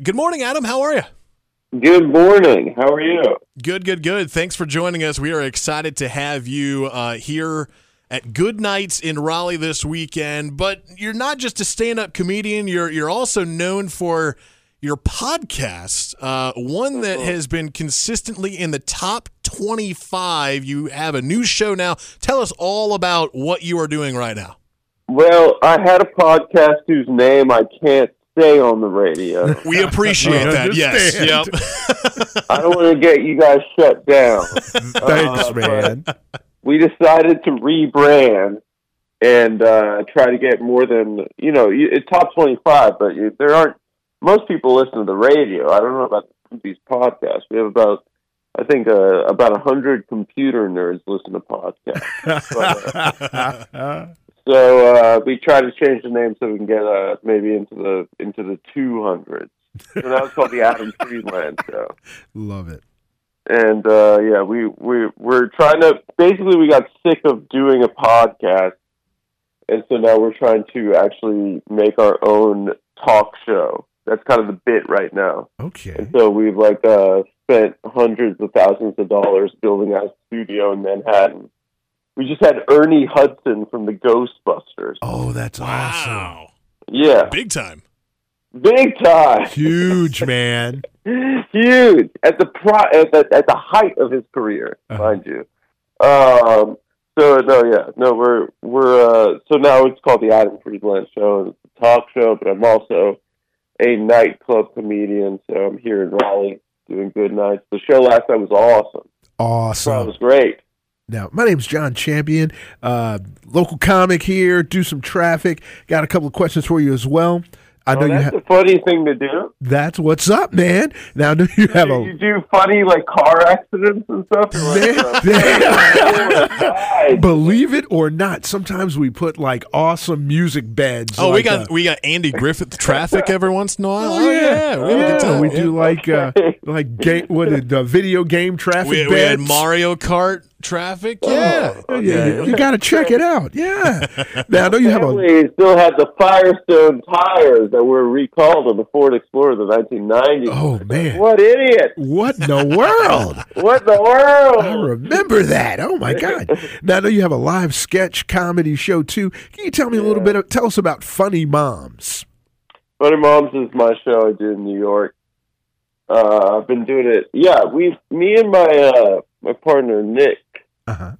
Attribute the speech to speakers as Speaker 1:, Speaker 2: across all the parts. Speaker 1: Good morning, Adam. How are you?
Speaker 2: Good morning. How are you?
Speaker 1: Good, good, good. Thanks for joining us. We are excited to have you uh, here at Good Nights in Raleigh this weekend. But you're not just a stand-up comedian. You're you're also known for your podcast, uh, one that has been consistently in the top 25. You have a new show now. Tell us all about what you are doing right now.
Speaker 2: Well, I had a podcast whose name I can't say on the radio.
Speaker 1: We appreciate
Speaker 3: I
Speaker 1: that. Yes. Yep.
Speaker 3: understand.
Speaker 2: I don't want to get you guys shut down.
Speaker 3: Thanks,
Speaker 2: Uh,
Speaker 3: man.
Speaker 2: We decided to rebrand and uh, try to get more than you know. You, it's top twenty-five, but you, there aren't most people listen to the radio. I don't know about these podcasts. We have about, I think, uh, about a hundred computer nerds listen to podcasts. But, uh, so uh, we try to change the name so we can get uh, maybe into the into the two hundreds. So that was called the Adam Friedland Show.
Speaker 3: Love it.
Speaker 2: And uh, yeah, we we we're trying to basically we got sick of doing a podcast, and so now we're trying to actually make our own talk show. That's kind of the bit right now.
Speaker 3: Okay.
Speaker 2: So we've like uh, spent hundreds of thousands of dollars building out a studio in Manhattan. We just had Ernie Hudson from the Ghostbusters.
Speaker 3: Oh, that's awesome.
Speaker 1: Wow.
Speaker 2: Yeah,
Speaker 1: Big time.
Speaker 2: Big time,
Speaker 3: Huge, man.
Speaker 2: huge at the pro- at the at the height of his career,
Speaker 3: Uh-huh.
Speaker 2: mind you. Um, so no, yeah, no, we're we're uh, so now it's called the Adam Friedland Show. and It's a talk show, but I'm also a nightclub comedian. So I'm here in Raleigh doing good nights. The show last night was awesome. That
Speaker 3: Awesome.
Speaker 2: was great.
Speaker 3: Now, my name's John Champion, uh, local comic here. Do some traffic. Got a couple of questions for you as well. I know
Speaker 2: Oh,
Speaker 3: you.
Speaker 2: that's
Speaker 3: Ha-
Speaker 2: the funny thing to do.
Speaker 3: that's what's up, man. Now, I know you have
Speaker 2: You,
Speaker 3: a.
Speaker 2: you do funny like car accidents and stuff. You're like,
Speaker 3: Man,
Speaker 2: oh, my God.
Speaker 3: Believe it or not, sometimes we put like awesome music beds.
Speaker 1: Oh, we
Speaker 3: like,
Speaker 1: got
Speaker 3: uh,
Speaker 1: we got Andy Griffith traffic every once in a while.
Speaker 3: Oh, yeah.
Speaker 1: we have a good
Speaker 3: yeah,
Speaker 1: time.
Speaker 3: we do like uh,
Speaker 2: Okay.
Speaker 3: like game. What did uh, video game traffic?
Speaker 1: We, we had
Speaker 3: beds. Oh.
Speaker 1: Mario Kart traffic. Yeah,
Speaker 3: Yeah, yeah, you, got to check it out. Yeah. now I know you have a.
Speaker 2: Family still had the Firestone tires that were recalled on the Ford Explorer of the 1990s.
Speaker 3: Oh man,
Speaker 2: What idiot!
Speaker 3: what in the world?
Speaker 2: What the
Speaker 3: I
Speaker 2: world?
Speaker 3: remember that. Oh my god. Now I know you have a live sketch comedy show too. Can you tell me a little bit? Of, tell us about Funny Moms.
Speaker 2: Funny Moms is my show I do in New York. Uh, I've been doing it. Yeah, we, me and my uh, my partner Nick,
Speaker 3: Uh huh.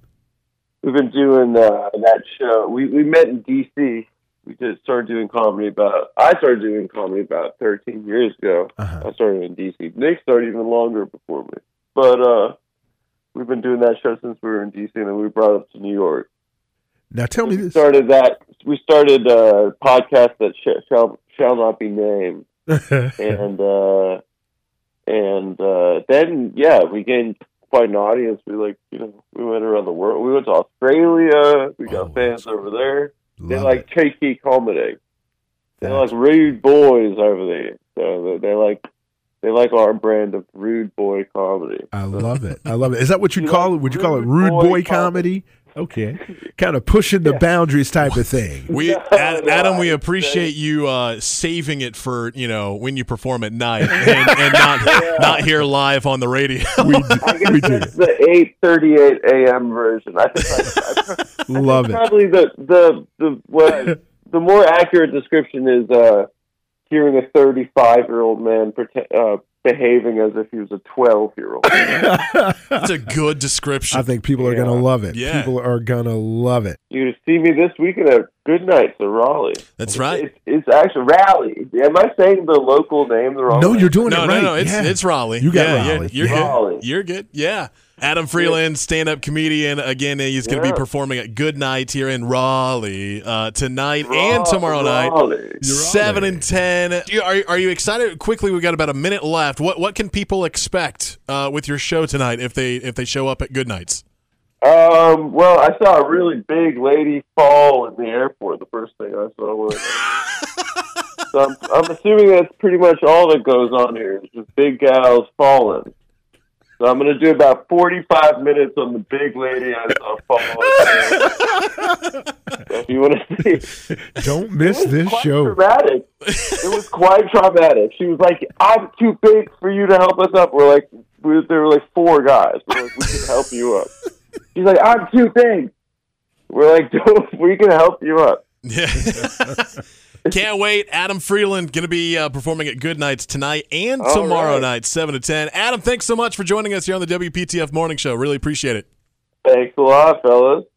Speaker 2: we've been doing uh, that show. We we met in D.C. We just started doing comedy about. I started doing comedy about 13 years ago.
Speaker 3: Uh huh.
Speaker 2: I started in DC. Nick started even longer before me. But uh we've been doing that show since we were in DC and then we brought it up to New York.
Speaker 3: Now tell me
Speaker 2: We
Speaker 3: this.
Speaker 2: started that we started a podcast that sh- shall shall not be named and uh and uh then yeah, we gained quite an audience. We like, you know, we went around the world. We went to Australia. We got
Speaker 3: Oh,
Speaker 2: fans
Speaker 3: that's cool.
Speaker 2: over there. They
Speaker 3: Love
Speaker 2: like
Speaker 3: it.
Speaker 2: cheeky comedy. They
Speaker 3: That's-
Speaker 2: like rude boys over there. So they they like they like our brand of rude boy comedy.
Speaker 3: I love it. I love it. Is that what you'd
Speaker 2: You
Speaker 3: call
Speaker 2: like
Speaker 3: it? Would you call it rude
Speaker 2: rude
Speaker 3: boy,
Speaker 2: boy
Speaker 3: comedy? Okay. kind of pushing the boundaries type of thing.
Speaker 1: we
Speaker 2: No,
Speaker 1: Ad-
Speaker 2: no,
Speaker 1: Adam. We
Speaker 2: I-
Speaker 1: appreciate you uh, saving it for you know when you perform at night and, and not not here live on the radio.
Speaker 3: We do.
Speaker 2: I guess
Speaker 3: We do.
Speaker 2: that's the eight thirty eight a.m. version. I think I, I,
Speaker 3: Love it.
Speaker 2: probably the the the what, the more accurate description is uh, hearing a thirty five year old man prete- uh, behaving as if he was a twelve year old.
Speaker 1: That's a good
Speaker 3: I
Speaker 1: description.
Speaker 3: think people are going
Speaker 2: Yeah.
Speaker 3: to love it.
Speaker 1: Yeah.
Speaker 3: People are going to love it.
Speaker 2: You see me this weekend at Good Night the Raleigh.
Speaker 1: That's right.
Speaker 2: It's, it's actually Raleigh. Am I saying the local name the wrong?
Speaker 3: No,
Speaker 2: way?
Speaker 3: you're doing
Speaker 1: No,
Speaker 3: it
Speaker 1: no,
Speaker 3: right.
Speaker 1: no. It's
Speaker 3: Yeah.
Speaker 1: it's Raleigh.
Speaker 3: You got
Speaker 1: yeah, yeah,
Speaker 3: Raleigh.
Speaker 1: You're
Speaker 3: Yeah.
Speaker 1: good.
Speaker 2: Raleigh.
Speaker 1: You're good. Yeah. Adam Freeland, stand-up comedian. Again, he's going to
Speaker 2: Yeah.
Speaker 1: be performing at Good Night here in Raleigh uh, tonight and
Speaker 2: Ra-
Speaker 1: tomorrow night.
Speaker 2: Raleigh.
Speaker 1: Seven and ten. Do you- Are, are you excited? Quickly, we've got about a minute left. What what can people expect uh, with your show tonight if they if they show up at Good Nights?
Speaker 2: Um, well, I saw a really big lady fall in the airport. The first thing I saw was. so I'm, I'm assuming that's pretty much all that goes on here. Is just big gals falling. So I'm going to do about 45 minutes on the big lady I saw fall. off. So if you want to see,
Speaker 3: Don't miss this
Speaker 2: quite
Speaker 3: show.
Speaker 2: Traumatic. It was quite traumatic. She was like, "I'm too big for you to help us up." We're like, we, there were like four guys. We're like, we can help you up. She's like, "I'm too big." We're like, "Don't- we can help you up.
Speaker 1: Can't wait. Adam Freeland going to be uh, performing at Good Nights tonight and
Speaker 2: All
Speaker 1: tomorrow
Speaker 2: right.
Speaker 1: night, 7 to 10. Adam, thanks so much for joining us here on the WPTF Morning Show. Really appreciate it.
Speaker 2: Thanks a lot, fellas.